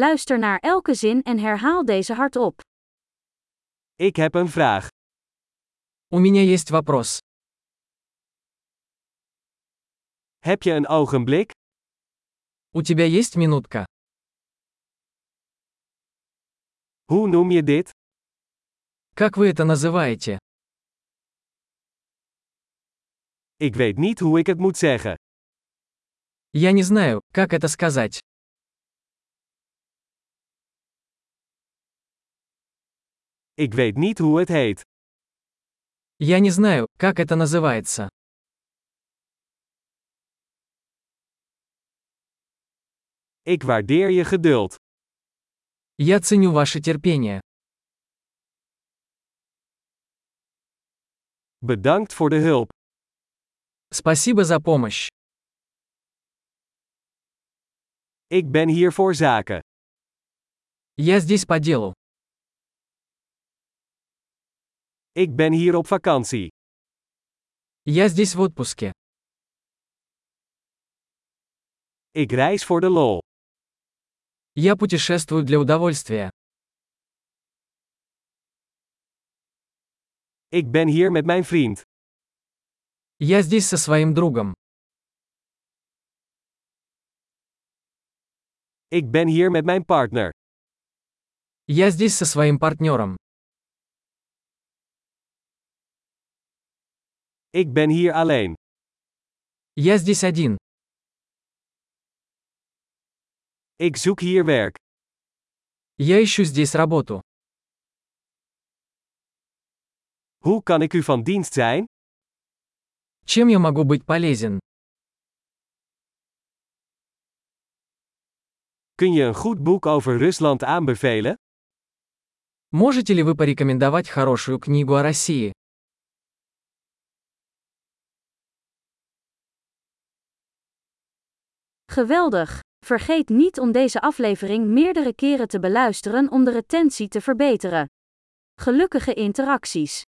Luister naar elke zin en herhaal deze hardop. Ik heb een vraag. У меня есть вопрос. Heb je een ogenblik? У тебя есть минутка? Hoe noem je dit? Как вы это называете? Ik weet niet hoe ik het moet zeggen. Я не знаю, как это сказать. Ik weet niet hoe het heet. Я не знаю, как это называется. Ik waardeer je geduld. Я ценю ваше терпение. Bedankt voor de hulp. Спасибо за помощь. Ik ben hier voor zaken. Я здесь по делу. Ik ben hier op vakantie. Я здесь в отпуске. Ik reis voor de lol. Я путешествую для удовольствия. Ik ben hier met mijn vriend. Я здесь со своим другом. Ik ben hier met mijn partner. Я здесь со своим партнером. Ik ben hier alleen. Я здесь один. Ik zoek hier werk. Я ищу здесь работу. Hoe kan ik u van dienst zijn? Чем я могу быть полезен? Kun je een goed boek over Rusland aanbevelen? Можете ли вы порекомендовать хорошую книгу о России? Geweldig! Vergeet niet om deze aflevering meerdere keren te beluisteren om de retentie te verbeteren. Gelukkige interacties!